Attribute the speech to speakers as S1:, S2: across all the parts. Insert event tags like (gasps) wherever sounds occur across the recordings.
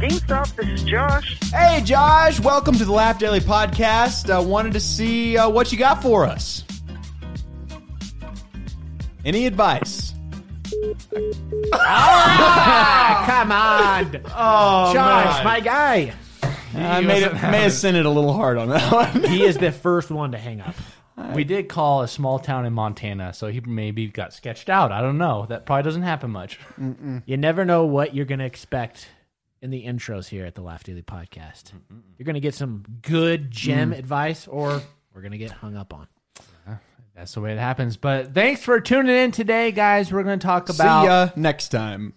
S1: GameStop, this is Josh.
S2: Hey, Josh, welcome to the Laugh Daily Podcast. uh, wanted to see uh, what you got for us. Any advice?
S3: Ah, Come
S2: (laughs)
S3: on,
S2: Oh,
S3: Josh, my guy.
S2: I made it, may have sent it a little hard on that (laughs) one.
S3: He is the first one to hang up.
S4: We did call a small town in Montana, so he maybe got sketched out. I don't know. That probably doesn't happen much.
S3: You never know what you're going to expect in the intros here at the Laugh Daily Podcast. You're going to get some good gem
S4: Mm.
S3: advice, or we're going to get hung up on.
S4: That's the way it happens. But thanks for tuning in today, guys. We're going to talk about
S2: See ya next time.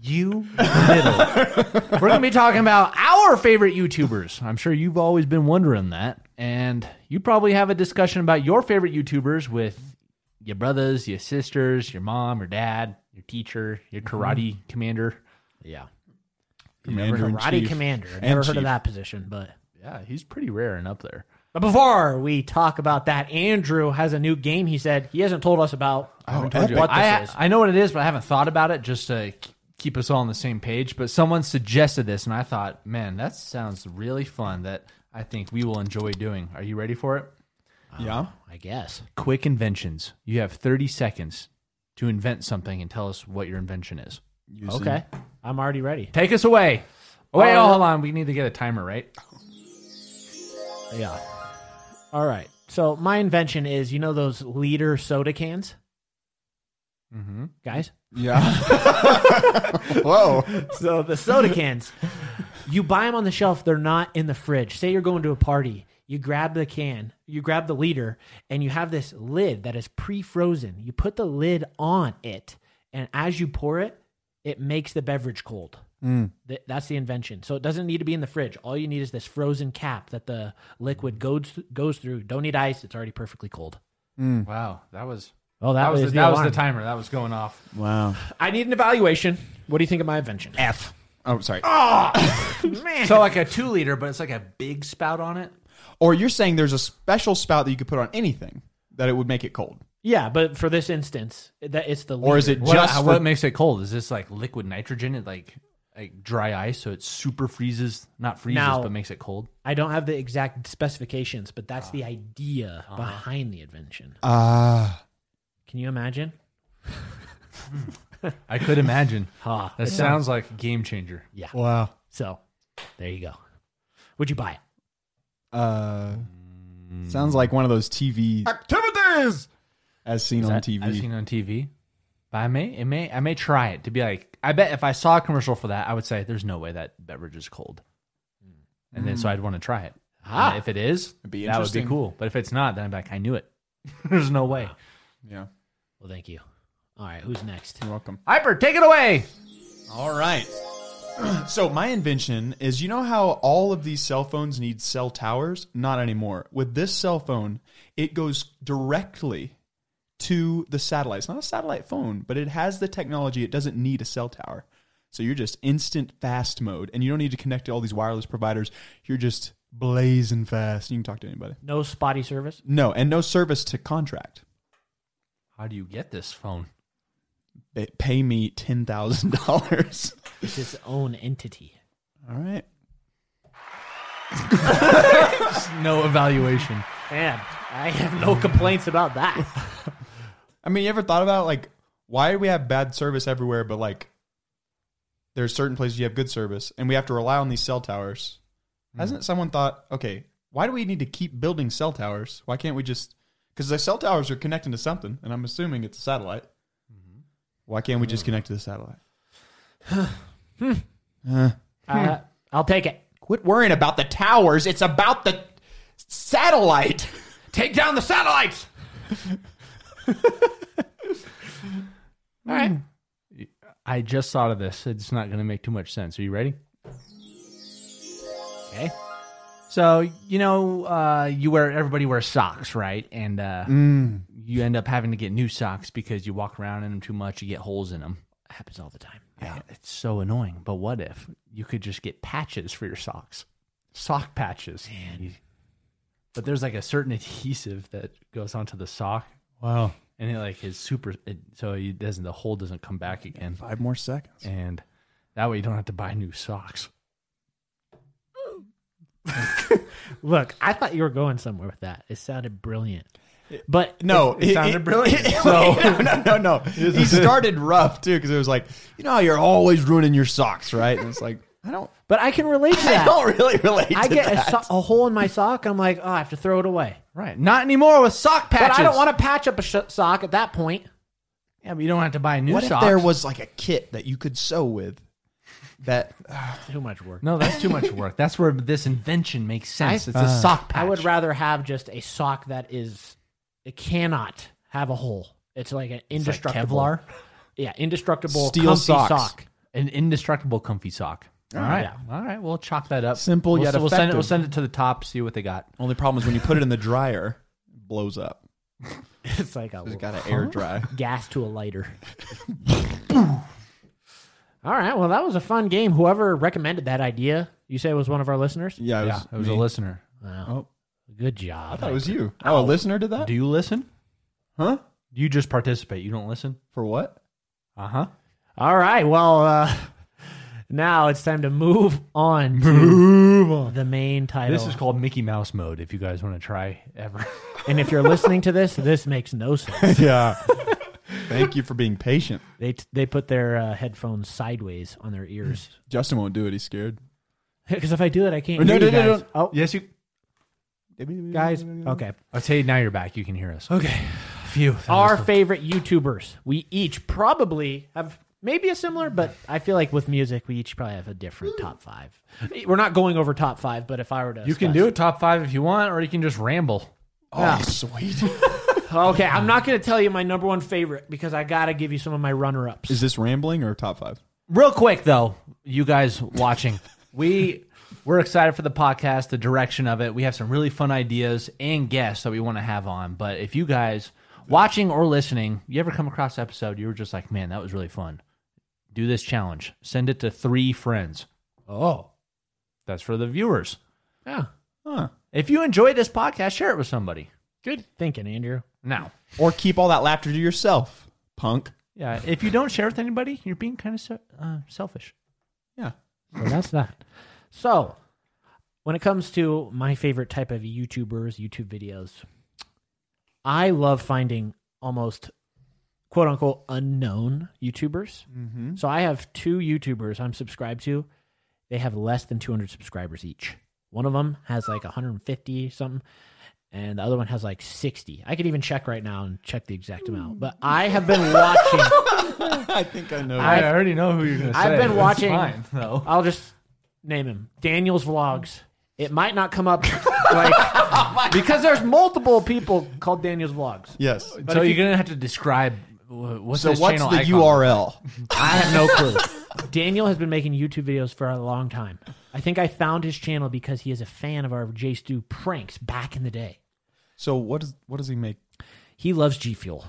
S4: you middle. We're going to be talking about our favorite YouTubers. I'm sure you've always been wondering that. And you probably have a discussion about your favorite YouTubers with your brothers, your sisters, your mom, your dad, your teacher, your karate commander.
S3: Yeah,
S2: Mm-hmm. Commander in
S3: karate
S2: chief.
S3: commander. I've
S2: And
S3: never heard
S2: chief.
S3: of that position, but
S4: Yeah, he's pretty rare and up there.
S3: but before we talk about that, Andrew has a new game. He said he hasn't told us about.
S2: Oh,
S3: told
S2: epic.
S3: you what this
S4: I,
S3: is.
S4: I know what it is, but I haven't thought about it just to k- keep us all on the same page. But someone suggested this, and I thought, man, that sounds really fun that I think we will enjoy doing. Are you ready for it?
S2: Yeah.
S3: I guess.
S4: Quick inventions. You have 30 seconds to invent something and tell us what your invention is.
S2: Using-
S3: Okay, I'm already ready.
S4: Take us away. Wait,
S3: Oh,
S4: oh, hold on. We need to get a timer, right?
S3: Yeah. All right. So my invention is, you know, those liter soda cans. Mm-hmm. Guys,
S2: Yeah. Whoa.
S3: so the soda cans, you buy them on the shelf. They're not in the fridge. Say you're going to a party. You grab the can, you grab the liter, and you have this lid that is pre frozen. You put the lid on it, and as you pour it, it makes the beverage cold. Th- that's the invention. So it doesn't need to be in the fridge. All you need is this frozen cap that the liquid goes goes through. Don't need ice. It's already perfectly cold.
S4: Wow, that was
S3: Oh, Hmm. that,
S4: that was
S3: was,
S4: the, that was the timer that was going off.
S3: (laughs)
S2: Wow.
S3: I need an evaluation. What do you think of my invention?
S2: F. Oh, sorry.
S4: Ah!
S3: Man.
S4: So like a two liter, but it's like a big spout on it.
S2: Or you're saying there's a special spout that you could put on anything that it would make it cold.
S3: yeah, but for this instance, that it's the
S2: Or is
S3: leader.
S2: it
S4: What,
S2: just
S4: how-
S2: for-
S4: what makes it cold? Is this like liquid nitrogen? It like like dry ice, so it super freezes, not freezes,
S3: Now-
S4: but makes it cold.
S3: I don't have the exact specifications, but that's the idea
S4: Uh-huh.
S3: behind the invention.
S2: Ah.
S3: Can you imagine?
S4: I could imagine.
S3: Ha.
S4: that sounds like a game changer.
S3: Yeah.
S2: wow.
S3: Ah, So there you go. Would you buy it?
S2: Uh, sounds like one of those TV
S4: Activities
S2: as seen on TV.
S4: I've seen on TV. But I may, it may, I may try it to be like. I bet if I saw a commercial for that, I would say, "There's no way that beverage is cold." And then so I'd want to try it.
S3: Ah.
S4: And if it is,
S2: be
S4: that would Hmm. be
S2: interesting.
S4: cool. But if it's not, then I'm like, I knew it. (laughs) There's no way.
S2: yeah.
S3: Well, thank you. All right, who's next?
S2: You're welcome.
S4: Hyper, take it away.
S2: All right. (clears throat) So my invention is you know how all of these cell phones need cell towers? Not anymore. With this cell phone, it goes directly to the satellite. It's not a satellite phone, but it has the technology. It doesn't need a cell tower. So you're just instant fast mode and you don't need to connect to all these wireless providers. You're just blazing fast. You can talk to anybody.
S3: No spotty service.
S2: No, and no service to contract.
S4: How do you get this phone?
S2: They pay me $10,000.
S3: It's its own entity.
S2: all right.
S4: No evaluation.
S3: Man, I have no complaints
S2: (laughs)
S3: about that.
S2: I mean, you ever thought about like why do we have bad service everywhere, but like there's certain places you have good service, and we have to rely on these cell towers? Hasn't someone thought, okay, why do we need to keep building cell towers? Why can't we just because the cell towers are connecting to something, and I'm assuming it's a satellite. Why can't we just connect to the satellite?
S3: Uh, I'll take it.
S2: Quit worrying about the towers. It's about the satellite.
S4: Take down the satellites. All right. I just thought of this. It's not going to make too much sense. Are you ready? Okay. So you know, uh, you wear everybody wears socks, right? And uh, you end up having to get new socks because you walk around in them too much. You get holes in them. Happens all the time. Yeah. It's so annoying. But what if you could just get patches for your socks? Sock patches. You- But there's like a certain adhesive that goes onto the sock,
S2: Wow.
S4: and it like is super. It, so it doesn't. The hole doesn't come back again
S2: Five more seconds.
S4: and that way you don't have to buy new socks.
S3: Look, I thought you were going somewhere with that. It sounded brilliant. But
S2: No,
S4: It- it
S2: (laughs)
S4: sounded brilliant.
S2: so no, no, no, (laughs) no. he started rough too because it was like, you know, how you're always ruining your socks, right? And it's like, I don't,
S3: but I can relate
S2: (laughs)
S3: to
S2: I
S3: that.
S2: don't really relate.
S3: I
S2: to
S3: get
S2: that.
S3: a, so- a hole in my sock. I'm like, oh, I have to throw it away.
S4: Right. Not anymore with sock patches.
S3: But I don't want to patch up a sh- sock at that point.
S4: Yeah, but you don't have to buy new
S2: What
S4: socks.
S2: if there was like a kit that you could sew with? That
S3: Too much work.
S4: no, that's too much work. That's where this invention makes sense.
S3: I-
S4: it's a
S2: Uh.
S4: sock patch.
S3: I would rather have just a sock that is it cannot have a hole. It's like an indestructible
S4: Kevlar?
S3: Yeah, indestructible
S2: Steel
S3: comfy
S2: socks.
S3: sock. (laughs)
S4: an indestructible comfy sock. All right. All right. We'll chalk that up.
S2: Oh, Simple
S4: we'll,
S2: yet
S4: we'll send it.
S2: effective.
S4: We'll send it to the top. See what they got.
S2: (laughs) only problem is when you put it in the dryer, it blows up.
S3: It's like a
S2: It's got to air dry.
S3: gas to a lighter. (laughs) All right. Well, that was a fun game. Whoever recommended that idea, you say it was one of our listeners.
S2: Yeah, it was,
S4: It was
S2: me.
S4: a listener.
S3: Wow.
S2: Oh.
S3: Good job.
S2: That was you. Oh, a listener did that?
S4: Do you listen?
S2: huh?
S4: You just participate. You don't listen.
S2: For what?
S4: Uh huh.
S2: Uh-huh.
S3: All right. Well, uh, now it's time to move on. Move on. The main title.
S4: This is called Mickey Mouse mode. If you guys want to try ever.
S3: And if you're listening to this, this makes no
S2: (laughs)
S3: sense.
S2: Yeah. (laughs) Thank you for being patient.
S3: They t- they put their uh, headphones sideways on their ears.
S2: Justin won't do it. He's scared.
S3: Because if I do it, I can't.
S2: Hmm. No,
S3: hear
S2: no,
S3: you
S2: no,
S3: guys.
S2: no.
S3: Oh,
S4: (laughs) yes, you
S3: guys. Okay.
S4: I'll tell you now. You're back. You can hear us. Okay. Phew. that was
S3: Our
S4: fun.
S3: favorite YouTubers. We each probably have maybe a similar, but I feel like with music, we each probably have a different top five. We're not going over top five, but if I were to,
S4: You can do it top five if you want, or you can just ramble.
S2: Oh, sweet.
S3: Okay, I'm not going to tell you my number one favorite because I got to give you some of my runner ups.
S2: Is this rambling or top five?
S4: Real quick though, you guys (laughs) watching, we we're excited for the podcast, the direction of it. We have some really fun ideas and guests that we want to have on. But if you guys watching or listening, you ever come across an episode, you were just like, man, that was really fun. Do this challenge. Send it to three friends. Oh, that's for the viewers.
S3: Yeah,
S2: Huh.
S4: If you enjoyed this podcast, share it with somebody.
S3: good thinking, Andrew.
S4: Now,
S2: Or keep all that laughter to yourself, punk.
S4: yeah, if you don't share with anybody, you're being kind of se- uh, selfish.
S2: Yeah.
S3: So that's that. So, when it comes to my favorite type of YouTubers, YouTube videos, I love finding almost quote unquote unknown YouTubers. So, I have two YouTubers I'm subscribed to. They have less than 200 subscribers each. One of them has like 150 something, and the other one has like 60. I could even check right now and check the exact amount. But I have been watching.
S2: I think I know.
S4: I already know who you're going to
S3: I've been watching.
S4: though.
S3: (laughs) I'll just name him Daniel's Vlogs. It might not come up like because there's multiple people called Daniel's Vlogs.
S2: yes.
S4: so you're gonna have to describe wh- what's
S2: So
S4: this
S2: what's the
S4: channel icon?
S2: URL?
S3: I have no clue. Daniel has been making YouTube videos for a long time. I think I found his channel because he is a fan of our J Stu pranks back in the day.
S2: So what does what does he make?
S3: He loves G Fuel.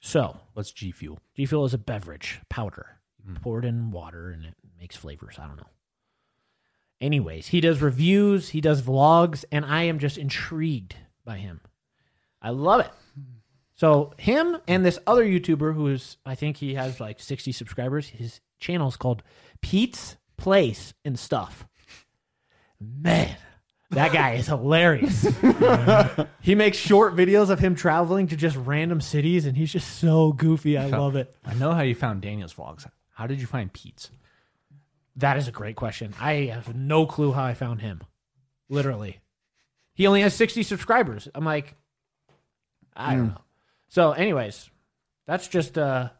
S3: So
S4: What's G Fuel? Hmm.
S3: G Fuel is a beverage powder. You pour it in water and it makes flavors. I don't know. Anyways, he does reviews, he does vlogs, and I am just intrigued by him. I love it. So him and this other YouTuber who is I think he has like 60 subscribers, his channel is called Pete's Place and Stuff. Man, that guy is hilarious. he makes short videos of him traveling to just random cities and he's just so goofy. I love it.
S4: I know how you found Daniel's vlogs. How did you find Pete's?
S3: That is a great question. I have no clue how I found him. Literally. He only has 60 subscribers. I'm like, I don't know. So, anyways, that's just uh,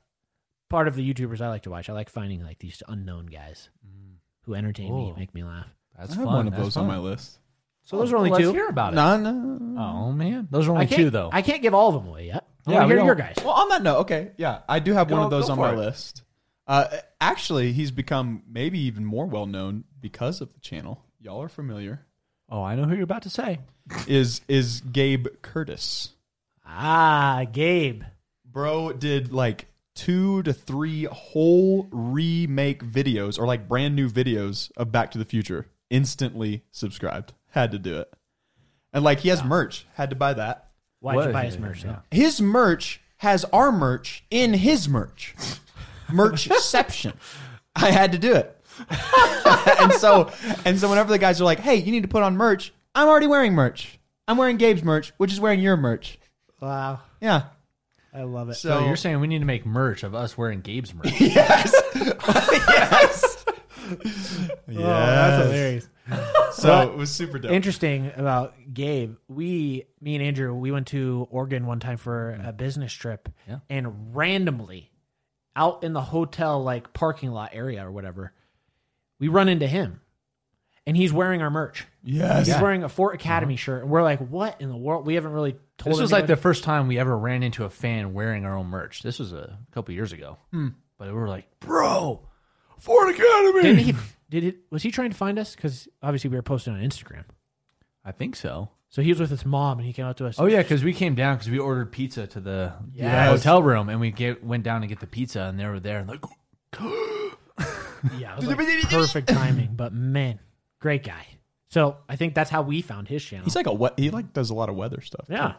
S3: part of the YouTubers I like to watch. I like finding like these unknown guys who entertain me,
S4: Whoa.
S3: make me laugh.
S4: That's
S2: I have
S4: fun,
S2: one of
S4: that's
S2: those
S4: fun.
S2: on my list.
S3: So those are only
S4: Let's
S3: two.
S4: hear about it.
S2: No, no.
S4: Oh man, those are
S3: I
S4: only
S3: can't,
S4: two though.
S3: I can't give all of them away yet. I want
S4: we
S3: to hear
S4: don't-
S3: your guys.
S2: Well, on that note, okay, yeah, I do have one
S4: Go-
S2: of those
S4: go
S2: on
S4: for
S2: my
S4: it.
S2: list. Uh, actually, he's become maybe even more well known because of the channel. Y'all are familiar.
S4: Oh, I know who you're about to say.
S2: Is is Gabe Curtis?
S3: Ah, Gabe.
S2: Bro did like two to three whole remake videos or like brand new videos of Back to the Future. Instantly subscribed. Had to do it. And like he has merch. Had to buy that.
S3: Why'd you buy his merch? though?
S2: His merch has our merch in his merch. Merchception. (laughs) I had to do it. (laughs) and so and so whenever the guys are like, "Hey, you need to put on merch." I'm already wearing merch. I'm wearing Gabe's merch, which is wearing your merch.
S3: Wow,
S2: Yeah.
S3: I love it.
S4: So
S2: So
S4: you're saying we need to make merch of us wearing Gabe's merch?
S2: yes.
S3: Oh, that's hilarious.
S2: So it was super dope.
S3: Interesting about Gabe. We, me and Andrew, we went to Oregon one time for a business trip,
S4: Mm. Yeah.
S3: and randomly, out in the hotel like parking lot area or whatever, we run into him, and he's wearing our merch.
S2: yes.
S3: He's wearing a Fort Academy shirt, and we're like, "What in the world?" We haven't really told.
S4: Uh-huh. This was like the
S3: anyone.
S4: first time we ever ran into a fan wearing our own merch. This was a couple years ago. But we were like, bro, Ford Academy.
S3: Didn't he? Did it? Was he trying to find us? Because obviously we were posting on Instagram.
S4: I think so.
S3: So he was with his mom, and he came up to us.
S4: Oh, yeah, because we came down because we ordered pizza to the the
S3: Yes.
S4: hotel room and we get, went down to get the pizza and they were there and like, (gasps)
S3: Yeah, it was like perfect timing. But man, great guy. So I think that's how we found his channel.
S2: He's like a what? He like does a lot of weather stuff. too.
S3: yeah,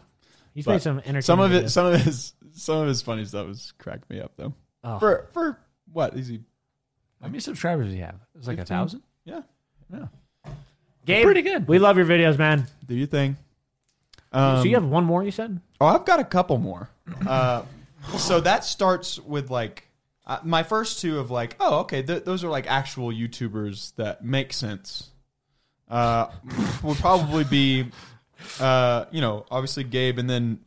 S3: he's
S2: But
S3: made some entertaining.
S2: Some of
S3: videos.
S2: it. Some of his. Some of his funny stuff has cracked me up though.
S3: Oh.
S2: For for what is he?
S4: how many subscribers do you have? It's like a thousand?
S2: Yeah.
S3: Gabe,
S4: pretty good.
S3: We love your videos, man.
S2: Do your thing. Um,
S3: so you have one more, you said?
S2: Oh, I've got a couple more. Uh, so that starts with like uh, my first two of like, oh, okay, th- those are like actual YouTubers that make sense. Uh, would probably be, uh, you know, obviously Gabe and then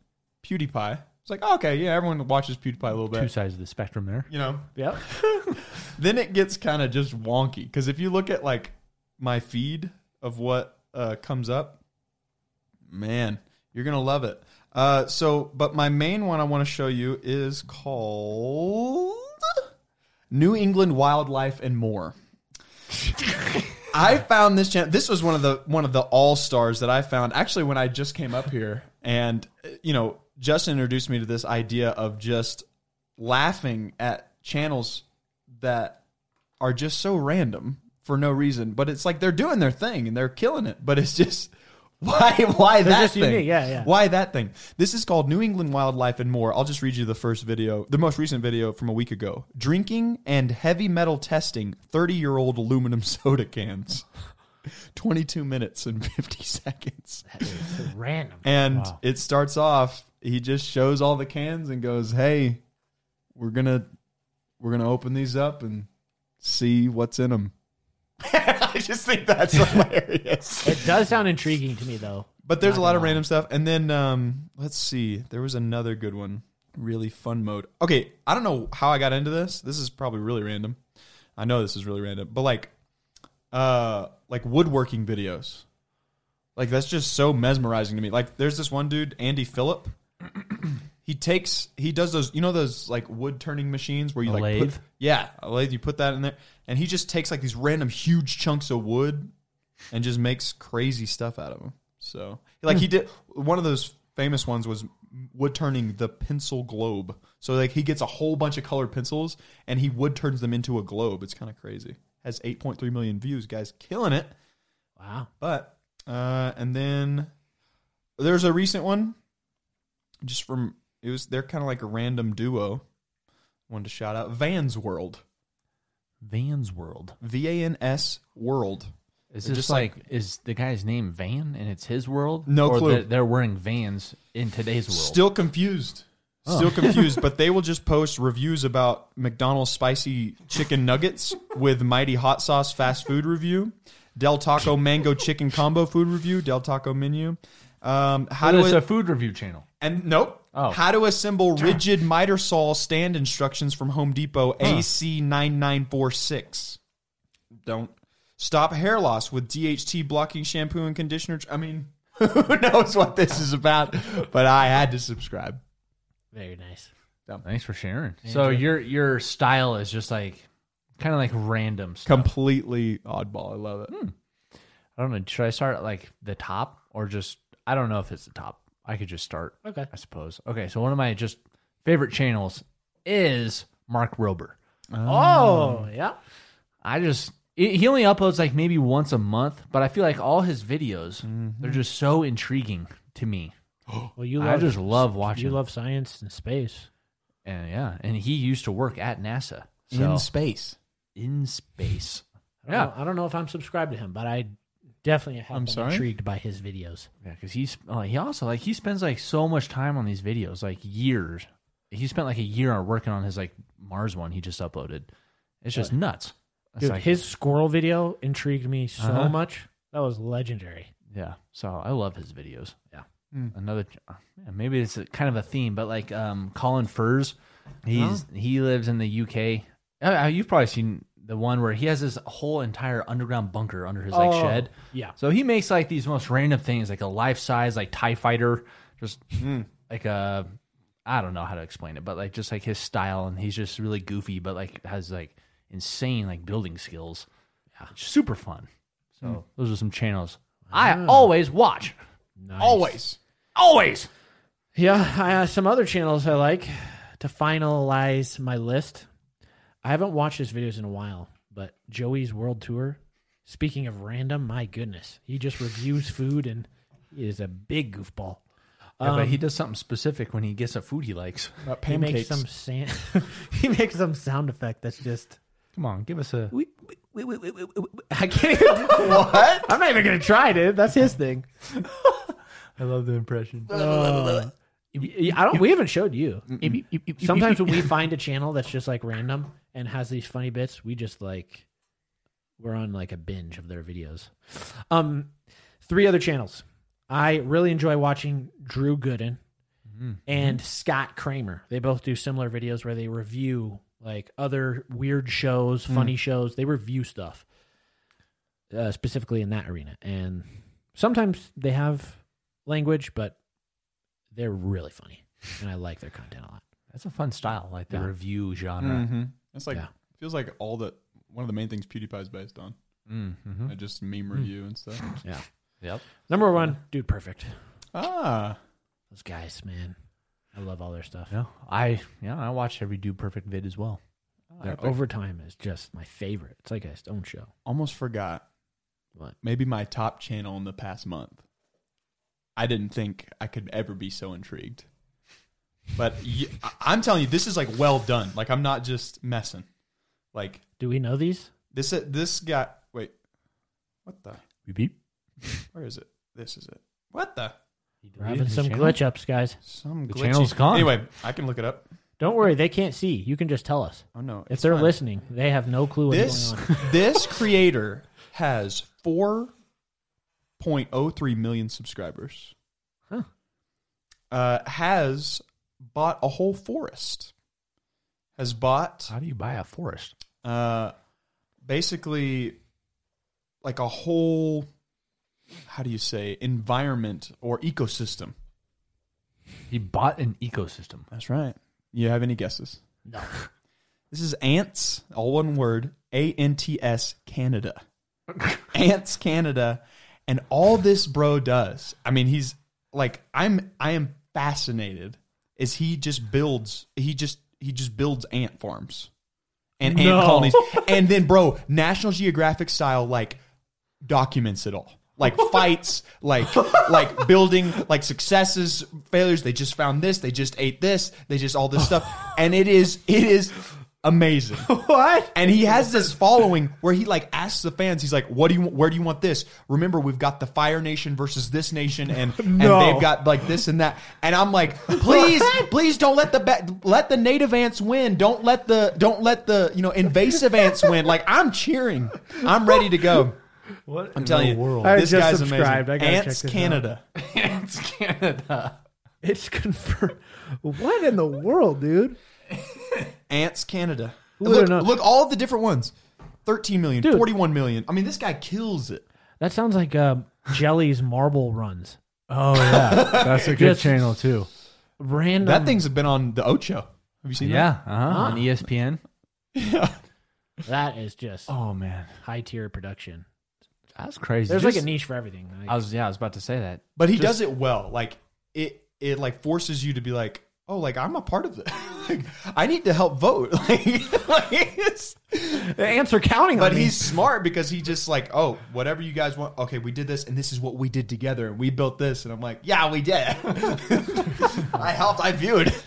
S2: PewDiePie. It's like, oh, okay, yeah, everyone watches PewDiePie a little
S4: Two
S2: bit.
S4: sides of the spectrum there.
S2: You know,
S3: Yep.
S2: then it gets kind of just wonky because if you look at like my feed of what uh, comes up, man, you're gonna love it. Uh, so, but my main one I want to show you is called New England Wildlife and More. I found this channel. This was one of the one of the all stars that I found actually when I just came up here, and uh, you know, Justin introduced me to this idea of just laughing at channels that are just so random for no reason. But it's like they're doing their thing and they're killing it. But it's just (laughs) why why that
S3: just
S2: thing?
S3: unique, yeah, yeah.
S2: Why that thing? This is called New England Wildlife and More. I'll just read you the first video, the most recent video from a week ago. Drinking and heavy metal testing 30-year-old aluminum (laughs) soda cans. (laughs) 22 minutes and 50 seconds.
S3: Random.
S2: And it starts off, he just shows all the cans and goes, "Hey, we're going to we're going to open these up and see what's in them." (laughs) I just think that's hilarious.
S3: It does sound intriguing to me, though.
S2: But there's a lot of random stuff. And then um, let's see, there was another good one. Really fun mode. Okay, I don't know how I got into this. This is probably really random. I know this is really random, but like, uh, like woodworking videos. Like that's just so mesmerizing to me. Like there's this one dude, Andy Phillip. he takes he does those you know those like wood turning machines where you
S4: A
S2: like
S4: lathe?
S2: Put, yeah, a lathe. You put that in there, and he just takes like these random huge chunks of wood and just makes crazy stuff out of them. So, like he did one of those famous ones was wood turning the pencil globe. So like he gets a whole bunch of colored pencils and he wood turns them into a globe. It's kind of crazy. Has 8.3 million views, guys, killing it.
S3: Wow.
S2: But uh, and then there's a recent one, just from it was they're kind of like a random duo. Wanted to shout out Vans World,
S4: Van's World.
S2: V A N S World.
S4: Is
S2: They're
S4: this
S2: just
S4: like, is the guy's name Van and it's his world?
S2: No
S4: or
S2: clue.
S4: They're, they're wearing Vans in today's world.
S2: Still confused. Still confused, but they will just post reviews about McDonald's spicy chicken nuggets with Mighty Hot Sauce fast food review, Del Taco mango chicken combo food review, Del Taco menu. Um, how do
S4: But it's
S2: I-
S4: a food review channel.
S2: And nope.
S4: Oh.
S2: How to assemble rigid miter saw stand instructions from Home Depot AC9946. Don't stop hair loss with DHT blocking shampoo and (laughs) conditioner. I mean, who knows what this is about, but I had to subscribe.
S3: Very nice.
S4: Thanks for sharing. So your your style is just like kind of like random stuff.
S2: Completely oddball. I love it.
S3: Hmm.
S4: I don't know. Should I start at like the top or just I don't know if it's the top. I could just start.
S3: Okay.
S4: I suppose. Okay, so one of my just favorite channels is Mark Rober.
S3: Oh, yeah.
S4: I just it, he only uploads like maybe once a month, but I feel like all his videos they're just so intriguing to me.
S3: Well, you.
S4: I
S3: Love,
S4: just love watching
S3: You love science and space.
S4: And yeah, and he used to work at NASA. So
S2: In space.
S4: in space.
S3: I don't
S4: Yeah.
S3: know- I don't know if I'm subscribed to him, but I definitely have
S2: I'm
S3: been
S2: sorry?
S3: intrigued by his videos.
S4: Yeah, because he's like he also like he spends like so much time on these videos, like years. He spent like a year on working on his like Mars one he just uploaded. It's just nuts. It's
S3: Dude,
S4: like-
S3: his squirrel video intrigued me so
S4: Uh-huh.
S3: much. That was legendary.
S4: yeah. So I love his videos.
S3: Yeah.
S4: Another yeah, maybe it's a, kind of a theme, but like um Colin Furs, he's he lives in the UK. Uh, uh, You've probably seen the one where he has this whole entire underground bunker under his like
S3: Oh,
S4: shed.
S3: yeah.
S4: So he makes like these most random things, like a life size like Tie Fighter, just like a I don't know how to explain it, but like just like his style, and he's just really goofy, but like has like insane like building skills. Yeah. Super fun. So those are some channels I always watch.
S3: Hmm. Nice.
S2: Always.
S4: Always.
S3: Yeah, I have some other channels I like to finalize my list. I haven't watched his videos in a while, but Joey's World Tour. Speaking of random, my goodness, he just reviews food and he is a big goofball.
S4: but he does something specific when he gets a food he likes.
S2: About
S3: He
S2: Uh, pancakes.
S3: makes some sand. (laughs) he makes some sound effect that's just.
S4: (laughs) Come on, give us a.
S3: I can't. (laughs) Even,
S2: what?
S3: I'm not even gonna try, dude. That's his thing.
S4: I love the impression.
S3: Y- I don't. We haven't showed you. Sometimes (laughs) when we find a channel that's just like random and has these funny bits, we just like we're on like a binge of their videos. Um, three other channels. I really enjoy watching Drew Gooden Mm-hmm. and Scott Kramer. They both do similar videos where they review like other weird shows, funny shows. They review stuff uh, specifically in that arena, and sometimes they have language, but they're really funny, and I like their content a lot.
S4: That's a fun style, like the
S3: Yeah.
S4: review genre.
S2: hmm It's like
S3: Yeah.
S2: feels like all the one of the main things PewDiePie's based on.
S4: Mm-hmm.
S2: I just meme review and stuff.
S3: Yeah.
S4: Yep.
S3: Number one, Dude Perfect.
S2: Ah,
S3: Those guys, man. I love all their stuff.
S4: Yeah, I yeah I watch every Dude Perfect vid as well.
S3: Their overtime is just my favorite. It's like a own show.
S2: almost forgot.
S3: What?
S2: Maybe my top channel in the past month. I didn't think I could ever be so intrigued. But y- I- I'm telling you, this is like well done. Like I'm not just messing. Like
S3: Do we know these?
S2: this. uh, This guy. Wait. What the?
S4: Beep, beep.
S2: Where is it? This is it. What the?
S3: We're having
S4: the
S3: some
S4: channel?
S3: glitch ups, guys.
S2: Some
S4: The
S2: glitchy-
S4: channel's gone.
S2: Anyway, I can look it up.
S3: Don't worry, they can't see. You can just tell us.
S2: Oh no!
S3: If
S2: it's
S3: they're
S2: fine.
S3: listening, they have no clue what's
S2: this
S3: going
S2: (laughs)
S3: on.
S2: this creator has four point oh three million subscribers.
S3: Huh.
S2: Uh, has bought a whole forest. Has bought
S4: How do you buy a forest?
S2: uh, basically like a whole how do you say environment or ecosystem.
S4: He bought an
S3: E-
S4: ecosystem.
S2: That's right. You have any guesses?
S3: No.
S2: (laughs) This is Ants, all one word, A N T S Canada. Ants Canada. And all this bro does, I mean, he's like, I'm I am fascinated is he just builds he just he just builds ant farms and ant
S3: No.
S2: colonies. And then bro, National Geographic style like documents it all. Like fights, like like building, like successes, failures. They just found this, they just ate this, they just all this stuff. And it is it is amazing.
S3: What?
S2: And he has this following where he like asks the fans, he's like, "What do you? Where do you want this? Remember, we've got the Fire Nation versus this nation,
S3: (laughs)
S2: and
S3: No.
S2: and they've got like this and that." And I'm like, "Please, please don't let the ba- let the native ants win. Don't let the don't let the you know invasive ants win." Like I'm cheering, I'm ready to go.
S4: What?
S2: I'm telling you,
S3: I
S2: this
S3: just
S2: guy's
S3: subscribed.
S2: amazing.
S3: I gotta
S2: ants
S3: check this out.
S4: (laughs)
S2: Canada.
S4: it's Canada.
S3: It's confirmed. what in the world, dude?
S2: Ants Canada.
S3: would've
S2: Look,
S3: known?
S2: look, all the different ones. 13 million,
S3: Dude.
S2: 41 million. I mean, this guy kills it.
S3: That sounds like um, Jelly's marble runs.
S4: Oh yeah, that's a good channel too.
S3: Random.
S2: That thing's been on the Ocho. Have you seen that?
S4: Yeah, uh-huh,
S3: Ah.
S4: on ESPN.
S3: That is just
S4: Oh man,
S3: high tier production.
S4: that's crazy.
S3: There's like
S4: Just-
S3: a niche for everything. Like,
S4: I was yeah, I was about to say that.
S2: But he does it well. Like it it like forces you to be like, oh, like I'm a part of this. (laughs) like, I need to help vote. (laughs) like, like it's,
S3: the ants are counting
S2: but
S3: on me.
S2: he's smart because he just like, oh, whatever you guys want. Okay, we did this, and this is what we did together, and we built this. And I'm like, yeah, we did. (laughs) I helped. I viewed. (laughs)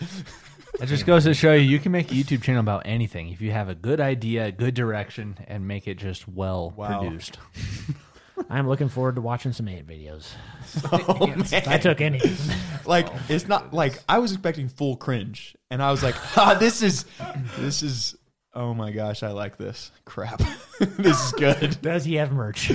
S4: That just goes to show you you can make a YouTube channel about anything if you have a good idea, good direction, and make it just well
S2: Wow.
S4: produced.
S3: I'm looking forward to watching some ant videos.
S2: Oh,
S3: If I took any.
S2: Like it's not like I was expecting full cringe, and I was (laughs) like, ha, Ah, this is, this is. Oh my gosh, I like this crap. (laughs) this is good.
S3: Does he have merch?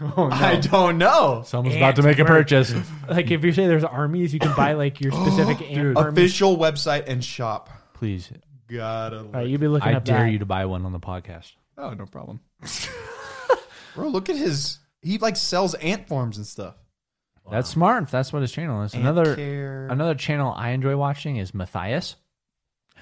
S2: I (laughs) don't know.
S4: Someone's
S3: about to make a
S4: purchase. (laughs)
S3: Like if you say there's armies, you can buy like (gasps) your specific ant army.
S2: Official website and shop.
S4: Please,
S2: Gotta.
S3: All right,
S2: look-
S3: you'd be looking
S4: I
S3: up
S4: dare
S3: that.
S4: you to buy one on the podcast.
S2: Oh, no (laughs) problem. Bro, look at his. He like sells ant farms and stuff.
S4: That's smart. If that's what his channel is.
S2: Ant
S4: another
S2: care.
S4: another channel I enjoy watching is Matthias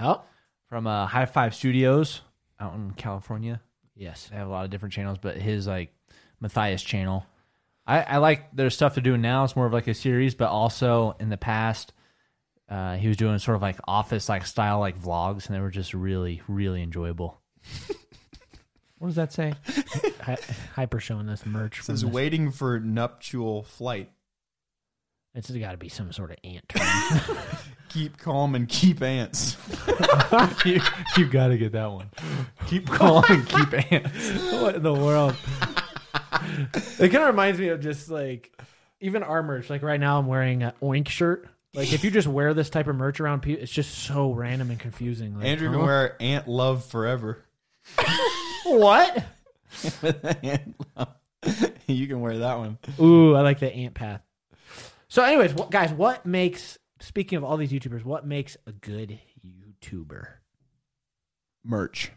S3: Oh,
S4: from uh, High Five Studios out in California.
S3: yes.
S4: They have a lot of different channels, but his like Matthias channel. I, I like their stuff to do now. It's more of like a series, but also in the past, uh, he was doing sort of like office like style like vlogs, and they were just really really enjoyable. (laughs) what does that say?
S3: Hi- Hyper showing us merch. From
S2: Says
S3: this.
S2: waiting for nuptial flight.
S3: It's got to be some sort of ant. term.
S2: Keep calm and keep ants.
S4: you, you got to get that
S3: (laughs)
S4: one. Keep calling, keep ants.
S3: what in the world? (laughs) it kind of reminds me of just like even our merch. Like right now, I'm wearing an oink shirt. Like if you just wear this type of merch around people, it's just so random and confusing. Like,
S2: Andrew can
S3: huh?
S2: wear ant love forever. (laughs)
S3: what?
S2: ant love. (laughs) you can wear that one.
S3: Ooh, I like the ant path. So, anyways, what, guys, what makes speaking of all these YouTubers, what makes a good YouTuber?
S2: Merch.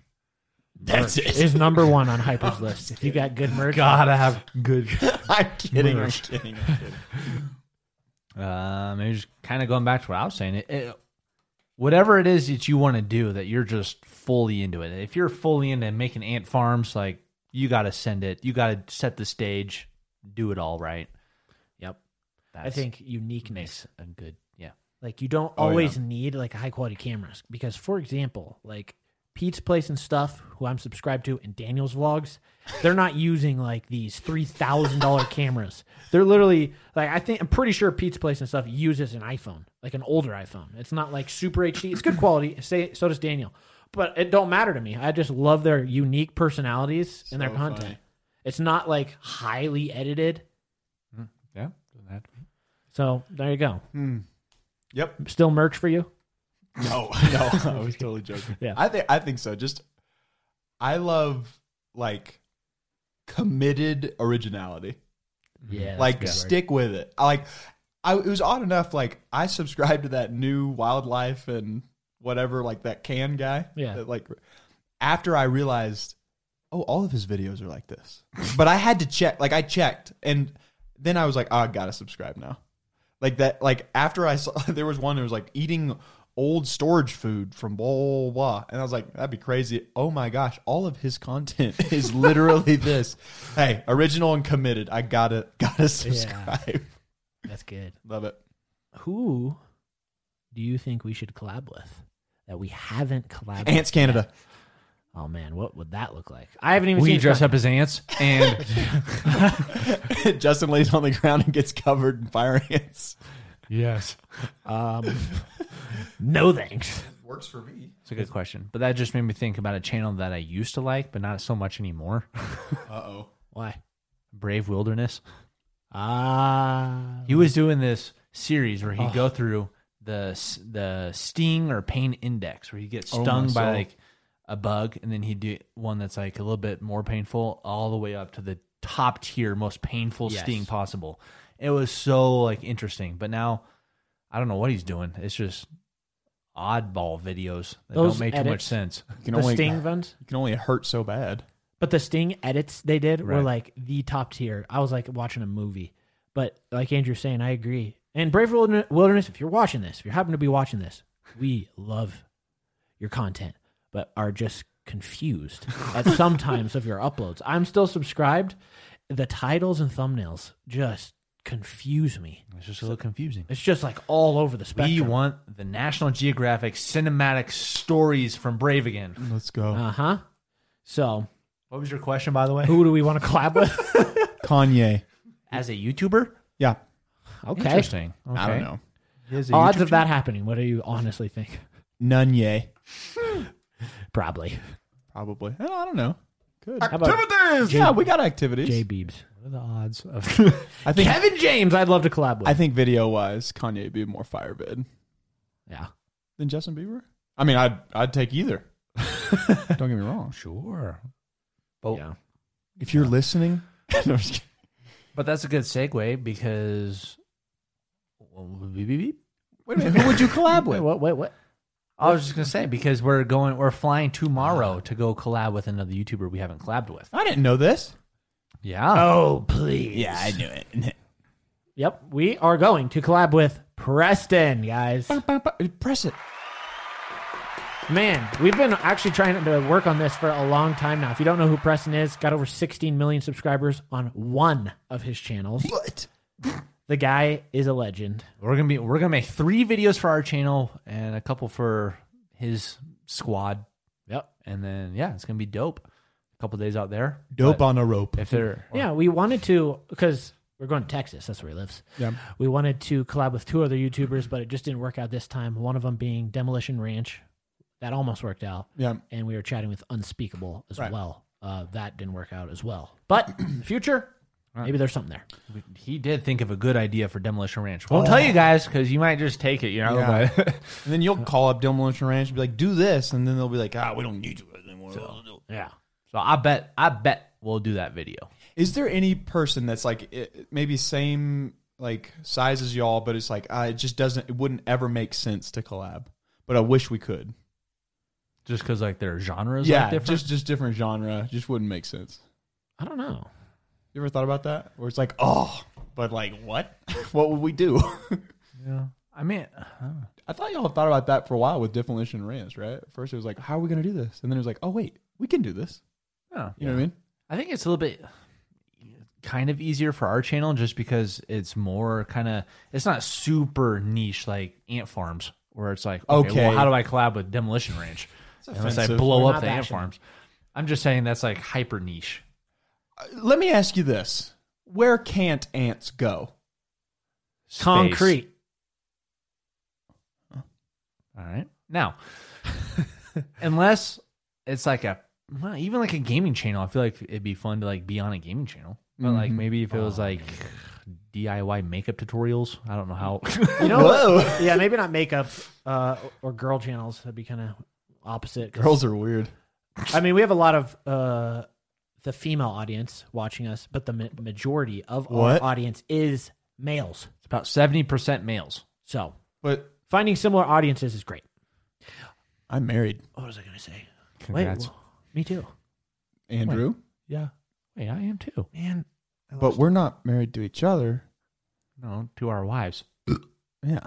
S2: That's it.
S3: Is number one on Hyper's list. If you got good merch,
S4: Gotta have good.
S2: (laughs) I'm kidding.
S4: Merch.
S2: I'm kidding.
S3: (laughs)
S2: I'm kidding.
S4: Uh, maybe just kind of going back to what I was saying. It, it- whatever it is that you want to do, that you're just fully into it. If you're fully into making ant farms, like you got to send it. You got to set the stage. Do it all right.
S3: yep.
S4: That's
S3: I think uniqueness.
S4: a good. Yeah.
S3: Like you don't always need like high quality cameras because, for example, like Pete's Place and stuff, who I'm subscribed to, and Daniel's vlogs, they're not using like these three thousand dollar cameras. They're literally like I think I'm pretty sure Pete's Place and stuff uses an iPhone, like an older iPhone. It's not like super HD. It's good quality. Say so does Daniel, but it don't matter to me. I just love their unique personalities and their
S2: So
S3: content.
S2: funny.
S3: It's not like highly edited.
S4: Mm, Yeah. Doesn't have to be.
S3: So there you go.
S2: Yep.
S3: Still merch for you. (laughs)
S2: No, (laughs) no, I was totally joking.
S3: Yeah.
S2: I think I think so. Just I love like committed originality.
S4: Mm-hmm.
S3: Yeah, that's a
S2: like
S3: good word.
S2: stick with it. I like I it was odd enough like I subscribed to that new wildlife and whatever like that can guy.
S3: Yeah.
S2: That, like after I realized oh all of his videos are like this. but I had to check like I checked and then I was like oh, I got to subscribe now. Like that like after I saw (laughs) there was one that was like eating old storage food from blah blah blah and I was like that'd be crazy. Oh my gosh, all of his content (laughs) is literally this. Hey, original and committed. I got to got to subscribe.
S3: That's good.
S2: Love it.
S3: Who do you think we should collab with that we haven't collabed? with?
S2: Ants Canada. (laughs)
S3: Oh man, what would that look like? I haven't even
S4: We
S3: seen
S4: dress up as ants
S3: (laughs)
S4: and
S2: Justin lays on the ground and gets covered in fire ants.
S4: yes,
S3: Um, no
S4: (laughs)
S3: thanks.
S2: Works for me.
S4: it's a good question. But that just made me think about a channel that I used to like, but not so much anymore. (laughs)
S2: Uh-oh.
S3: Why?
S4: Brave Wilderness.
S3: Ah,
S4: He was doing this series where he'd go through the s- the sting or pain index, where he gets
S2: Oh, my
S4: stung by
S2: soul.
S4: like a bug, and then he'd do one that's like a little bit more painful, all the way up to the top tier, most painful
S3: Yes.
S4: sting possible. It was so like interesting, but now I don't know what he's doing. It's just oddball videos that
S3: Those
S4: don't make too much
S3: edits.
S4: sense.
S2: You
S3: the
S2: can only
S3: Sting ones.
S2: you can only hurt so bad.
S3: But the Sting edits they did were
S4: Right.
S3: like the top tier. I was like watching a movie. But like Andrew's saying, I agree. And Brave Wilder- Wilderness, if you're watching this, if you happen to be watching this, we love your content, but are just confused
S4: (laughs)
S3: at sometimes of your uploads. I'm still subscribed. The titles and thumbnails just confuse me.
S4: It's just a little confusing.
S3: It's just like all over the spectrum.
S4: We want the National Geographic cinematic stories from Brave again.
S2: Let's go.
S3: Uh huh. So,
S4: What was your question, by the way?
S3: who do we want to collab with?
S4: (laughs)
S2: Kanye.
S4: As a YouTuber?
S2: Yeah.
S3: Okay.
S4: Interesting.
S2: I don't know.
S3: Odds of that happening. What do you honestly think?
S2: None yay.
S3: Probably.
S2: Probably. I don't know. Good.
S3: How about
S2: yeah, we got activities.
S3: J Beebs?
S4: the
S3: (laughs)
S4: odds of
S2: I think
S3: Kevin James, I'd love to collab with.
S2: I think video wise, Kanye would be more fire bid
S3: yeah.
S2: than Justin Bieber. I mean, I'd I'd take either. don't get me wrong.
S4: sure. But
S3: Yeah.
S2: If you're listening, (laughs) No, I'm just kidding.
S4: but that's a good segue because
S2: wait a minute. Who would you collab
S3: (laughs) Wait,
S2: with?
S3: what? Wait, what?
S4: I was just gonna say because we're going we're flying tomorrow to go collab with another YouTuber we haven't collabed with.
S2: I didn't know this.
S4: Yeah.
S3: Oh, please.
S2: I knew it. (laughs)
S3: Yep. We are going to collab with Preston, guys.
S2: Press it.
S3: Man, we've been actually trying to work on this for a long time now. If you don't know who Preston is, got over 16 million subscribers on one of his channels.
S2: What?
S3: The guy is a legend.
S4: We're gonna be we're gonna make three videos for our channel and a couple for his squad.
S3: Yep.
S4: And then yeah, it's gonna be dope. A couple days out there.
S2: Dope on a rope.
S4: If (laughs) they're
S3: Yeah, we wanted to because we're going to Texas. That's where he lives.
S2: Yeah.
S3: We wanted to collab with two other YouTubers, but it just didn't work out this time. One of them being Demolition Ranch. That almost worked out.
S2: Yeah.
S3: And we were chatting with Unspeakable as
S2: Right.
S3: well. Uh, that didn't work out as well. But (clears throat) in the future, maybe there's something there.
S4: he did think of a good idea for Demolition Ranch. Won't tell you guys because you might just take it, you know.
S2: Oh. Yeah. (laughs)
S4: but-
S2: And then you'll call up Demolition Ranch and be like, "Do this," and then they'll be like, "Ah, we don't need you anymore."
S3: Yeah.
S4: so I bet I bet we'll do that video.
S2: Is there any person that's like i- maybe same like size as y'all, but it's like ah, it just doesn't, it wouldn't ever make sense to collab. But I wish we could.
S4: Just because like their genres
S2: yeah,
S4: like, different.
S2: just just different genre, just wouldn't make sense.
S3: I don't know.
S2: You ever thought about that? Where it's like, oh, but like what? (laughs) what would we do? (laughs)
S4: yeah. I mean,
S2: I thought y'all thought about that for a while with Demolition Ranch, right? At first it was like, how are we gonna do this? And then it was like, oh wait, we can do this.
S4: yeah.
S2: You know what I mean?
S4: I think it's a little bit kind of easier for our channel just because it's more kind of it's not super niche like ant farms where it's like okay,
S2: Okay.
S4: well, how do I collab with Demolition Ranch unless I
S2: offensive.
S4: blow
S3: We're
S4: up
S3: not
S4: the
S3: that
S4: ant
S3: sure.
S4: farms? I'm just saying that's like hyper niche.
S2: Let me ask you this: Where can't ants go?
S4: space.
S3: Concrete.
S4: All right. Now, (laughs) unless it's like a well, even like a gaming channel, I feel like it'd be fun to like be on a gaming channel. But
S3: Mm-hmm.
S4: like maybe if it
S3: Oh,
S4: was like DIY makeup tutorials, I don't know
S3: (laughs)
S4: how.
S3: You know
S2: Whoa.
S3: yeah, maybe not makeup uh, or girl channels. That'd be kind of opposite. 'cause-
S2: Girls are weird.
S3: I mean, we have a lot of uh, the female audience watching us, but the ma- majority of
S2: What?
S3: our audience is males.
S4: it's about seventy percent males.
S3: So
S2: But
S3: finding similar audiences is great.
S2: I'm married,
S3: What was I going to say?
S4: Congrats.
S3: Wait, wh- me too.
S2: Andrew.
S4: Yeah. Wait, I am too.
S3: Man,
S2: But we're not married to each other.
S4: No, to our wives.
S2: Yeah.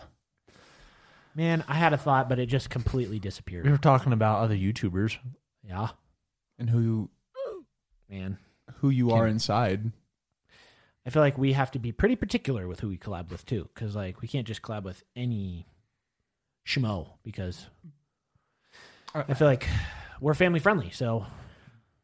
S3: man, I had a thought, but it just completely
S4: We
S3: disappeared.
S4: were talking about other YouTubers.
S3: Yeah,
S2: And who
S3: man.
S2: who you are inside.
S3: I feel like we have to be pretty particular with who we collab with too, because like we can't just collab with any schmo because I feel like we're family friendly. So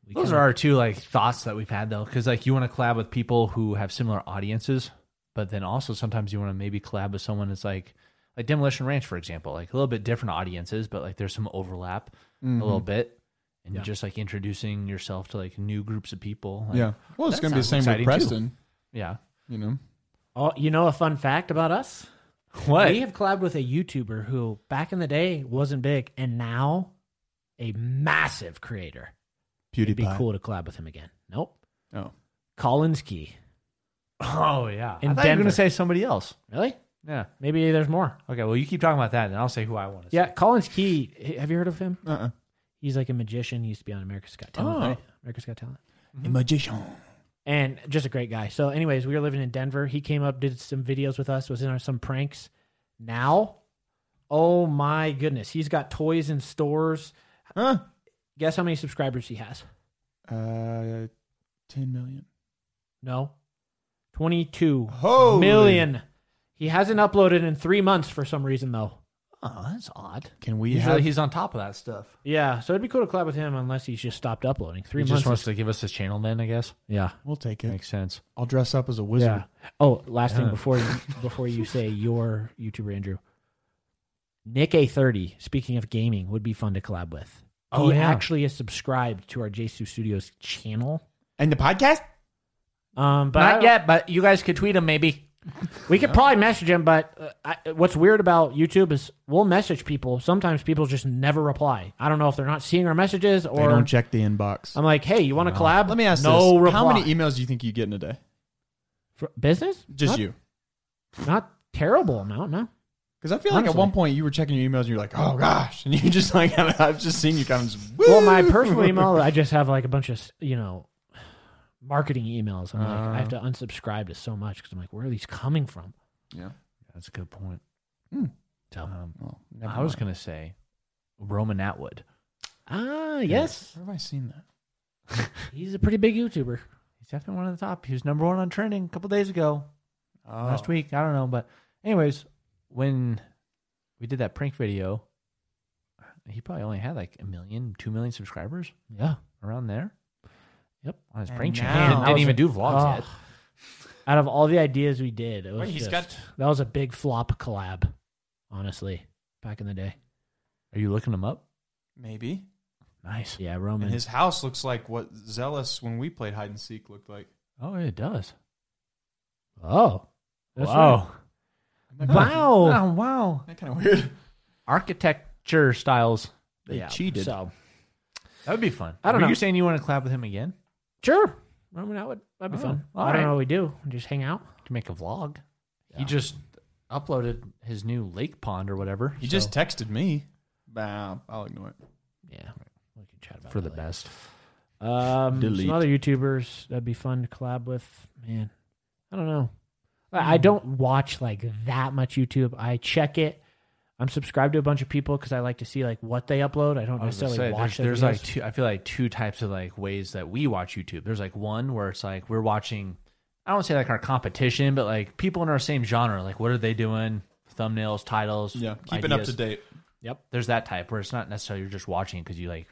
S3: we
S4: Those
S3: kinda-
S4: are our two like thoughts that we've had though, because like you want to collab with people who have similar audiences, but then also sometimes you want to maybe collab with someone that's like like Demolition Ranch, for example, like a little bit different audiences, but like there's some overlap a little bit, and
S3: Yeah.
S4: just like introducing yourself to like new groups of people. like-
S2: Yeah. Well, it's
S4: That
S2: going to be the same
S4: sounds
S2: with
S4: exciting,
S2: Preston,
S4: yeah. (laughs)
S2: you know.
S3: Oh, you know a fun fact about us?
S4: What?
S3: We have collabed with a YouTuber who back in the day wasn't big and now a massive creator. It'd be cool to collab with him again. Nope.
S2: Oh.
S3: Kolinsky.
S4: Oh yeah.
S3: In
S4: I thought you were
S3: Denver.
S4: gonna say somebody else.
S3: Really?
S4: Yeah.
S3: Maybe there's more.
S4: Okay. Well, you keep talking about that, and I'll say who I want to.
S3: Yeah, Kolinsky. Have you heard of him?
S2: Uh-uh.
S3: He's like a magician. He used to be on America's Got Talent.
S2: Oh.
S3: right? America's Got Talent.
S2: Magician.
S3: and just a great guy. So, anyways, we were living in Denver. He came up, did some videos with us, was in on some pranks. Now, oh my goodness, he's got toys in stores.
S2: Huh?
S3: Guess how many subscribers he has?
S2: Uh, ten million.
S3: No, twenty-two
S2: Holy.
S3: million. He hasn't uploaded in three months for some reason, though.
S4: Oh, that's odd.
S2: Can we
S4: Usually
S2: have?
S4: he's on top of that stuff.
S3: Yeah, so it'd be cool to collab with him unless he's just stopped uploading. Three
S4: He
S3: months.
S4: just wants
S3: is-
S4: to give us his channel then, I guess.
S3: yeah.
S2: we'll take it.
S4: Makes sense.
S2: I'll dress up as a wizard.
S3: Yeah. Oh, last thing before
S4: (laughs)
S3: you, before you say your YouTuber Andrew, Nick A30. Speaking of gaming, would be fun to collab with.
S4: Oh,
S3: he
S4: yeah.
S3: actually is subscribed to our J2 Studios channel.
S2: And the podcast?
S3: Um, but I-
S4: Not yet, but you guys could tweet him maybe.
S3: We could probably message him, but uh, I, what's weird about YouTube is we'll message people. Sometimes people just never reply. I don't know if they're not seeing our messages
S2: They don't
S3: or
S2: check the inbox.
S3: I'm like, hey, you want to collab?
S2: Let me ask
S3: no
S2: this:
S3: reply.
S2: How many emails do you think you get in a day?
S3: For business?
S2: Just
S3: not,
S2: you?
S3: Not terrible amount, no.
S2: Because I feel like at
S3: Honestly.
S2: one point you were checking your emails and you're like, oh gosh, and you (laughs) just like I've just seen you kind of just,
S3: Well, my
S2: (laughs)
S3: personal email, I just have like a bunch of you know marketing emails. I'm like,
S4: Uh.
S3: I have to unsubscribe to so much because I'm like, where are these coming from?
S4: That's a good point.
S3: So,
S4: Um,
S2: Well, never
S4: I was
S2: mind.
S4: going to say Roman Atwood.
S3: ah, yes,
S2: Where have I seen that?
S3: he's a pretty big YouTuber.
S4: He's definitely one of the top. He was number one on trending a couple days ago,
S2: Oh.
S4: last week. I don't know. But, anyways, when we did that prank video, he probably only had like a million, two million subscribers
S3: Yeah,
S4: around there.
S3: Yep.
S4: On his
S2: And
S4: prank
S2: now-
S4: channel. Didn't, (laughs) didn't even do vlogs yet.
S3: Out of all the ideas we did, it was
S2: Wait, he's
S3: just-
S2: got-
S3: that was a big flop collab. Honestly, back in the day,
S4: Are you looking him up?
S2: Maybe.
S4: Nice.
S3: yeah, Roman.
S2: And his house looks like what Zealous when we played hide and seek looked like.
S4: Oh, it does.
S3: oh, that's
S4: wow. (laughs)
S3: right. wow.
S4: Oh, wow.
S2: That kind of weird.
S4: Architecture styles.
S2: They cheated.
S3: So
S4: That would be fun.
S3: I don't
S4: Were
S3: know.
S4: you saying you want to collab with him again
S3: sure, Roman, that would that'd be
S4: Oh,
S3: fun.
S4: all
S3: I don't
S4: right.
S3: know what we do. Just hang out.
S4: to make a vlog? He just uploaded his new lake pond or whatever.
S2: He
S4: so-
S2: just texted me. Bah, I'll ignore it.
S3: Yeah, we can chat about
S4: for
S3: that
S4: the
S3: later.
S4: best.
S3: Um,
S2: Delete.
S3: some other YouTubers that'd be fun to collab with. Man, I don't know. I I
S4: Hmm.
S3: don't watch like that much YouTube. I check it. I'm subscribed to a bunch of people because I like to see like what they upload. I don't
S4: I was gonna
S3: necessarily
S4: say,
S3: watch
S4: there's,
S3: their
S4: there's
S3: videos.
S4: like two. I feel like two types of like ways that we watch YouTube. There's like one where it's like we're watching. I don't say like our competition, but like people in our same genre. Like what are they doing? Thumbnails, titles.
S2: Yeah, keeping up
S4: ideas.
S2: to date.
S4: Yep. There's that type where it's not necessarily you're just watching because you like,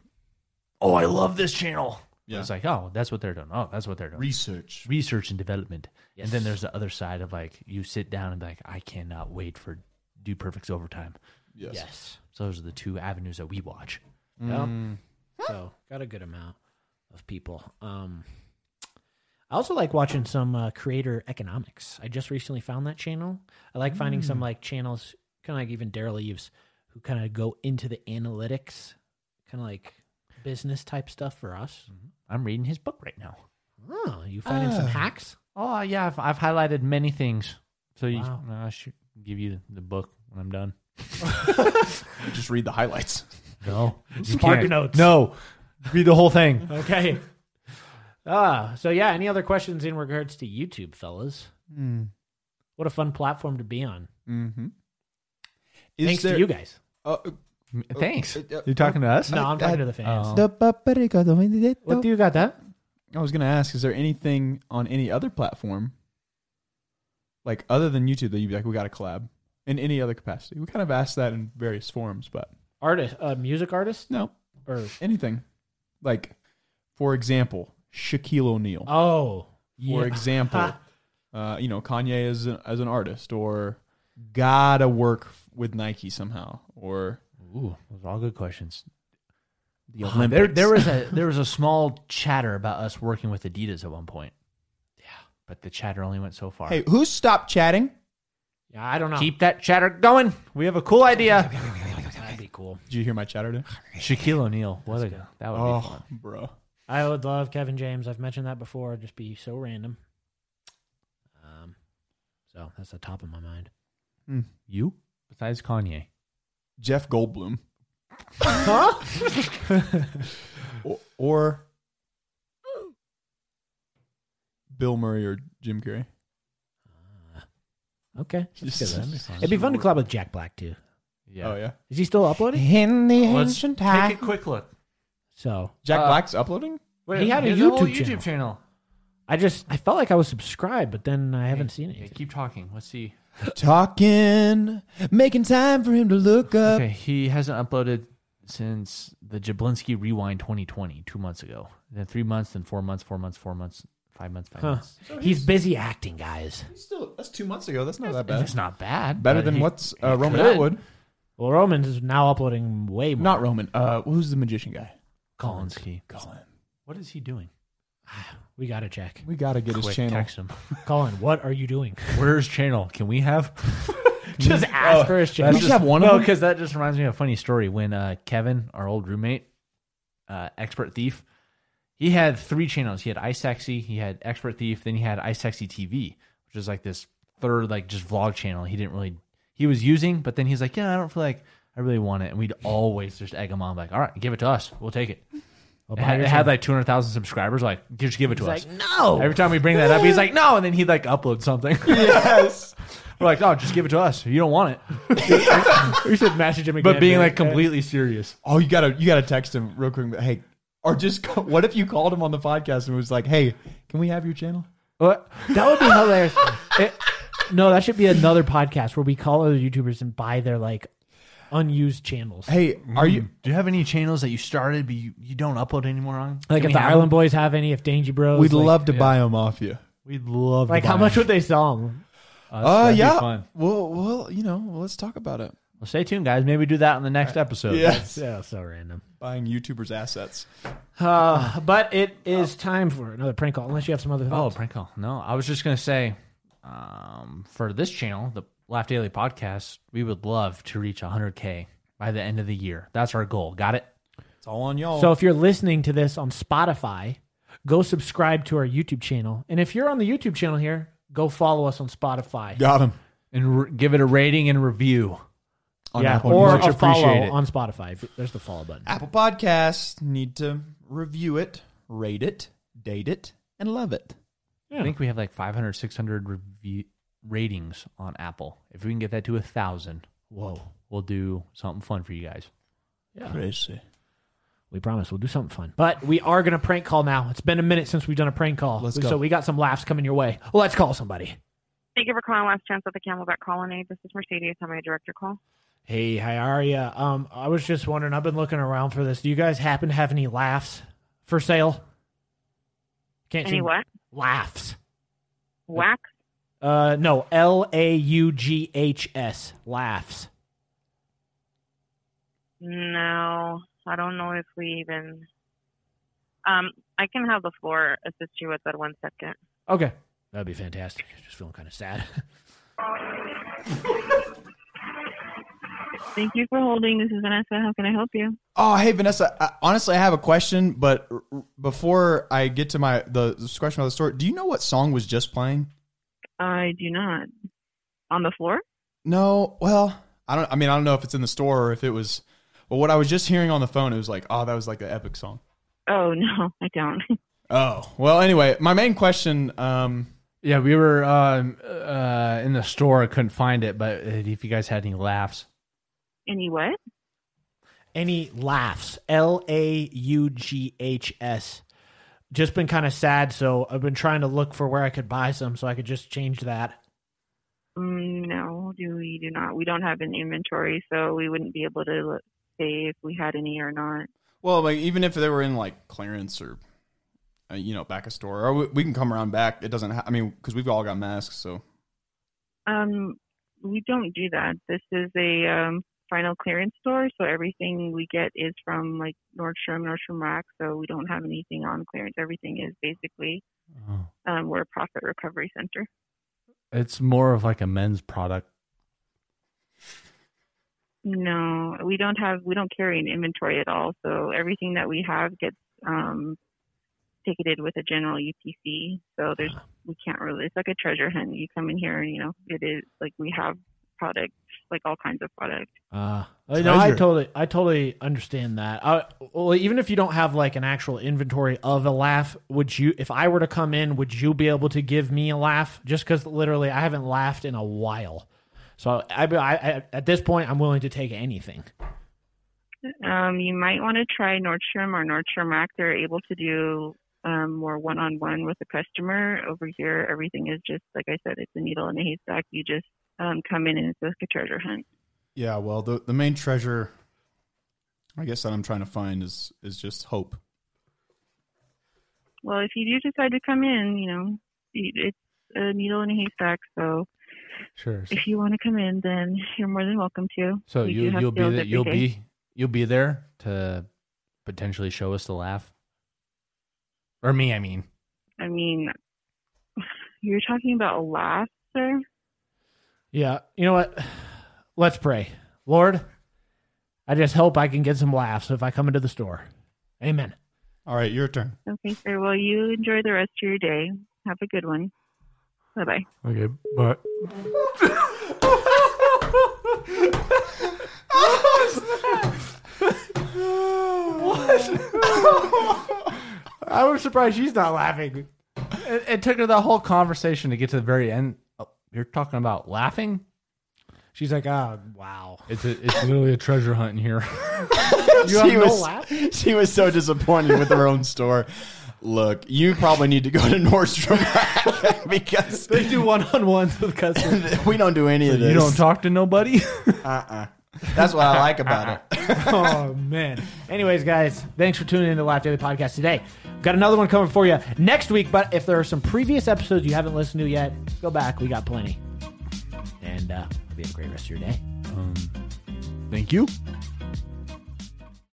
S4: oh, I love this channel.
S2: Yeah.
S4: It's like, oh, that's what they're doing. Oh, that's what they're doing.
S2: Research.
S4: Research and development. And then there's the other side of like, you sit down and be like, I cannot wait for Do Perfect's overtime.
S2: Yes.
S3: yes.
S4: So those are the two avenues that we watch.
S3: Well, so got a good amount of people. Um, I also like watching some uh, creator economics. I just recently found that channel. I like finding
S2: Mm.
S3: some like channels, kind of like even Daryl Eves, who kind of go into the analytics, kind of like business type stuff for us.
S4: I'm reading his book right now.
S3: Oh, you finding some
S2: Mm-hmm. Ah.
S3: hacks?
S4: Oh yeah, I've, I've highlighted many things. So you, uh,
S3: Wow.
S4: I should give you the book when I'm done.
S2: (laughs) Just read the highlights.
S4: No, (laughs) you
S3: Spark
S4: can't.
S3: notes.
S4: No, read the whole
S3: (laughs)
S4: thing.
S3: Okay. Ah, so yeah. Any other questions in regards to YouTube, fellas?
S2: Hmm.
S3: What a fun platform to be on.
S2: Mm-hmm. Is
S3: Thanks
S2: there,
S3: to you guys.
S2: Uh,
S4: Thanks.
S2: Uh, uh,
S4: You're talking to us?
S3: No, I'm talking
S2: I-
S3: to the fans.
S4: Oh.
S3: what do you got that?
S2: I was going to ask, is there anything on any other platform, like other than YouTube, that you'd be like, we got to collab in any other capacity? We kind of asked that in various forms, but
S3: Artist, uh, music artist,
S2: no,
S3: or
S2: anything. Like, for example, Shaquille O'Neal.
S3: Oh, yeah.
S2: For
S3: (laughs)
S2: example, uh, you know, Kanye as, an as an artist or gotta work with Nike somehow or
S4: Ooh, those are all good questions.
S2: the
S4: There, there was a there was a small chatter about us working with Adidas at one point. Yeah, but the chatter only went so far.
S2: hey, who stopped chatting?
S3: yeah, I don't know.
S4: keep that chatter going. We have a
S3: (laughs)
S4: cool idea.
S3: That'd be cool.
S2: Did you hear my chatter there?
S4: Shaquille O'Neal. What a, that would be
S2: Oh,
S4: fun.
S2: bro.
S3: I would love Kevin James. I've mentioned that before. It'd just be so random. Um, so that's the top of my mind.
S4: You besides Kanye.
S2: Jeff Goldblum. or, or Bill Murray or Jim Carrey.
S3: Okay. Let's go then. It'd be fun to collab with Jack Black too.
S4: Yeah.
S2: Oh yeah,
S3: Is he still uploading?
S2: in the
S4: Let's take a quick look.
S3: So
S2: Jack
S4: Uh,
S2: Black's uploading.
S4: Wait,
S3: He had a
S4: there's whole
S3: YouTube channel.
S4: YouTube channel.
S3: I just I felt like I was subscribed, but then I haven't seen
S4: Okay,
S3: it.
S4: keep talking. Let's see.
S2: Talking, making time for him to look up.
S4: Okay, he hasn't uploaded since the Jablinski Rewind 2020, two months ago. Then three months, then four months, four months, four months, five months, five
S3: Huh.
S4: months.
S3: He's busy acting, guys.
S2: Still, that's two months ago. That's not that
S4: That's
S2: bad.
S4: not bad.
S2: Better
S4: but
S2: than
S4: he-
S2: what's
S4: he
S2: uh, Roman
S4: could.
S2: Atwood.
S3: Well, Roman is now uploading way more.
S2: Not Roman. Uh, who's the magician guy?
S4: Kolinsky.
S2: Colin.
S4: What is he doing?
S3: We gotta check.
S2: We gotta get his
S4: Quick,
S2: channel. (laughs)
S4: text him.
S3: Colin, what are you doing?
S4: Where's channel? Can we have? Oh,
S3: just ask for his
S2: Can
S3: channel.
S2: we just have one of
S4: no,
S2: them?
S4: because that just reminds me of a funny story when uh, Kevin, our old roommate, uh, expert thief, he had three channels. He had iSexy, he had Expert Thief, then he had iSexy TV, which is like this third like just vlog channel. He didn't really he was using, but then he's like, yeah, I don't feel like I really want it, and we'd always just egg him on, like, all right, give it to us, we'll take it.
S3: I'll
S4: It
S3: buy
S4: had,
S3: your
S4: it had
S3: channel.
S4: like two hundred thousand subscribers. Like, just give it to us.
S3: He's like, no.
S4: Every time we bring that up, he's like, no, and then he'd like upload something. Yes. We're like, no, just give it to us. You don't want it. (laughs)
S3: we should message him again.
S4: But being
S3: dude.
S4: like completely serious.
S2: Oh, you gotta you gotta text him real quick. Hey, or just call, (laughs) what if you called him on the podcast and was like, "Hey, can we have your channel?"
S3: What? Uh, That would be hilarious. (laughs) It- no, that should be another podcast where we call other YouTubers and buy their like unused channels.
S2: Hey, are
S3: Mm.
S2: you?
S4: Do you have any channels that you started but you, you don't upload anymore on?
S3: like if
S4: Can we
S3: the
S4: have
S3: Island
S4: them?
S3: Boys have any, if Danger Bros,
S2: We'd
S3: like,
S2: love to buy him off you.
S4: we'd love. to
S3: Like
S4: buy
S3: how
S4: them.
S3: much would they sell 'em?
S4: that'd
S2: Oh
S4: be
S2: yeah.
S4: fun.
S2: Well, well, you know, well, let's talk about it.
S4: Well, stay tuned, guys. Maybe we do that on the next episode.
S2: Yes,
S3: So so random.
S2: buying YouTubers' assets.
S3: Uh, (sighs) but it is time for another prank call. Unless you have some other
S4: Oh,
S3: thoughts.
S4: prank call. No, I was just gonna say, um, for this channel, the Laugh Daily Podcast, we would love to reach 100k by the end of the year. That's our goal. Got it?
S2: It's all on y'all.
S3: So if you're listening to this on Spotify, go subscribe to our YouTube channel. And if you're on the YouTube channel here, go follow us on Spotify.
S2: got him
S4: And re- give it a rating and review.
S2: on
S3: yeah,
S2: Apple
S3: or
S2: Music.
S4: Much
S3: a follow
S4: appreciated.
S3: on Spotify. There's the follow button.
S2: Apple Podcasts need to review it, rate it, date it, and love it.
S4: I think we have like 500, 600 review ratings on Apple. If we can get that to a thousand,
S3: Whoa.
S4: we'll do something fun for you guys.
S2: Crazy.
S3: We promise we'll do something fun. But we are going to prank call now. It's been a minute since we've done a prank call.
S2: Let's
S3: so
S2: go.
S3: we got some laughs coming your way. Well, let's call somebody.
S5: Thank you for calling Last Chance at the Camelback Colonnade. This is Mercedes. How may I direct your call?
S3: Hey, hi, Aria. Um, I was just wondering, I've been looking around for this. Do you guys happen to have any laughs for sale? Can't
S5: Any
S3: seem-
S5: what?
S3: Laughs.
S5: Wax?
S3: Uh, no, L A U G H S. Laughs.
S5: No, I don't know if we even. Um, I can have the floor assist you with that one second.
S3: Okay. That'd be fantastic. Just feeling kind of sad. (laughs)
S5: Thank you for holding. This is Vanessa. How can I help you?
S2: Oh, hey Vanessa. I, honestly, I have a question, but r- r- before I get to my the this question about the store, do you know what song was just playing?
S5: I do not. On the floor?
S2: No. Well, I don't. I mean, I don't know if it's in the store or if it was. But what I was just hearing on the phone, it was like, oh, that was like an epic song.
S5: Oh no, (laughs) I don't.
S2: Oh. Well, anyway, my main question. Um.
S4: Yeah, we were um, uh, in the store. I couldn't find it, but uh, if you guys had any laughs,
S5: Any what?
S3: Any laughs? L A U G H S. Just been kind of sad, so I've been trying to look for where I could buy some so I could just change that.
S5: Mm, no, do we do not. We don't have an inventory, so we wouldn't be able to say if we had any or not.
S2: Well, like even if they were in like clearance or, uh, you know, back a store, or we, we can come around back. It doesn't. Ha- I mean, because we've all got masks, so.
S5: Um, we don't do that. This is a um, final clearance store, so everything we get is from like Nordstrom, Nordstrom Rack. So we don't have anything on clearance. Everything is basically
S4: Oh.
S5: um, we're a profit recovery center.
S4: it's more of like a men's product.
S5: No, we don't have. We don't carry an inventory at all. So everything that we have gets um, ticketed with a general UPC. So there's we can't really. It's like a treasure hunt. You come in here and you know it is like we have products, like all kinds of products.
S3: Uh, no, I
S2: Treasure.
S3: totally, I totally understand that. I, well, even if you don't have like an actual inventory of a laugh, would you? If I were to come in, would you be able to give me a laugh? Just because literally, I haven't laughed in a while. So I, I, I, at this point, I'm willing to take anything.
S5: Um, you might want to try Nordstrom or Nordstrom Rack. They're able to do um, more one-on-one with the customer. Over here, everything is just like I said, it's a needle in a haystack. You just um, come in and it's like a treasure hunt.
S2: Yeah, well, the the main treasure, I guess that I'm trying to find is is just hope.
S5: Well, if you do decide to come in, you know, it- it's a needle in a haystack. So
S4: Sure. So,
S5: if you want to come in, then you're more than welcome to. (laughs)
S4: so
S5: We do
S4: you
S5: have
S4: you'll be
S5: sales
S4: the,
S5: every
S4: you'll
S5: day.
S4: be you'll be there to potentially show us the laugh, or me. I mean,
S5: I mean, (laughs) you're talking about a laugh, sir.
S3: Yeah, you know what? Let's pray, Lord. I just hope I can get some laughs if I come into the store. Amen.
S2: All right, your turn.
S5: Okay, sir. Well, you enjoy the rest of your day. Have a good one. Bye bye.
S6: Okay, but
S4: (laughs) I was surprised she's not laughing. It, it took her the whole conversation to get to the very end. Oh, you're talking about laughing?
S3: She's like, oh, (laughs) wow.
S4: It's a, it's literally a treasure hunt in here.
S2: You she was (laughs) she was so disappointed with her own store. Look, you probably need to go to (laughs) Nordstrom Rack because
S3: They do one on ones with customers.
S2: we don't do any of this.
S4: (laughs) you don't talk to nobody.
S2: That's what I like (laughs) about it.
S3: (laughs) oh man. Anyways, guys, thanks for tuning in to Laugh Daily Podcast today. Got another one coming for you next week, but if there are some previous episodes you haven't listened to yet, go back. We got plenty. And uh, hope you have a great rest of your day.
S4: (laughs) Thank you.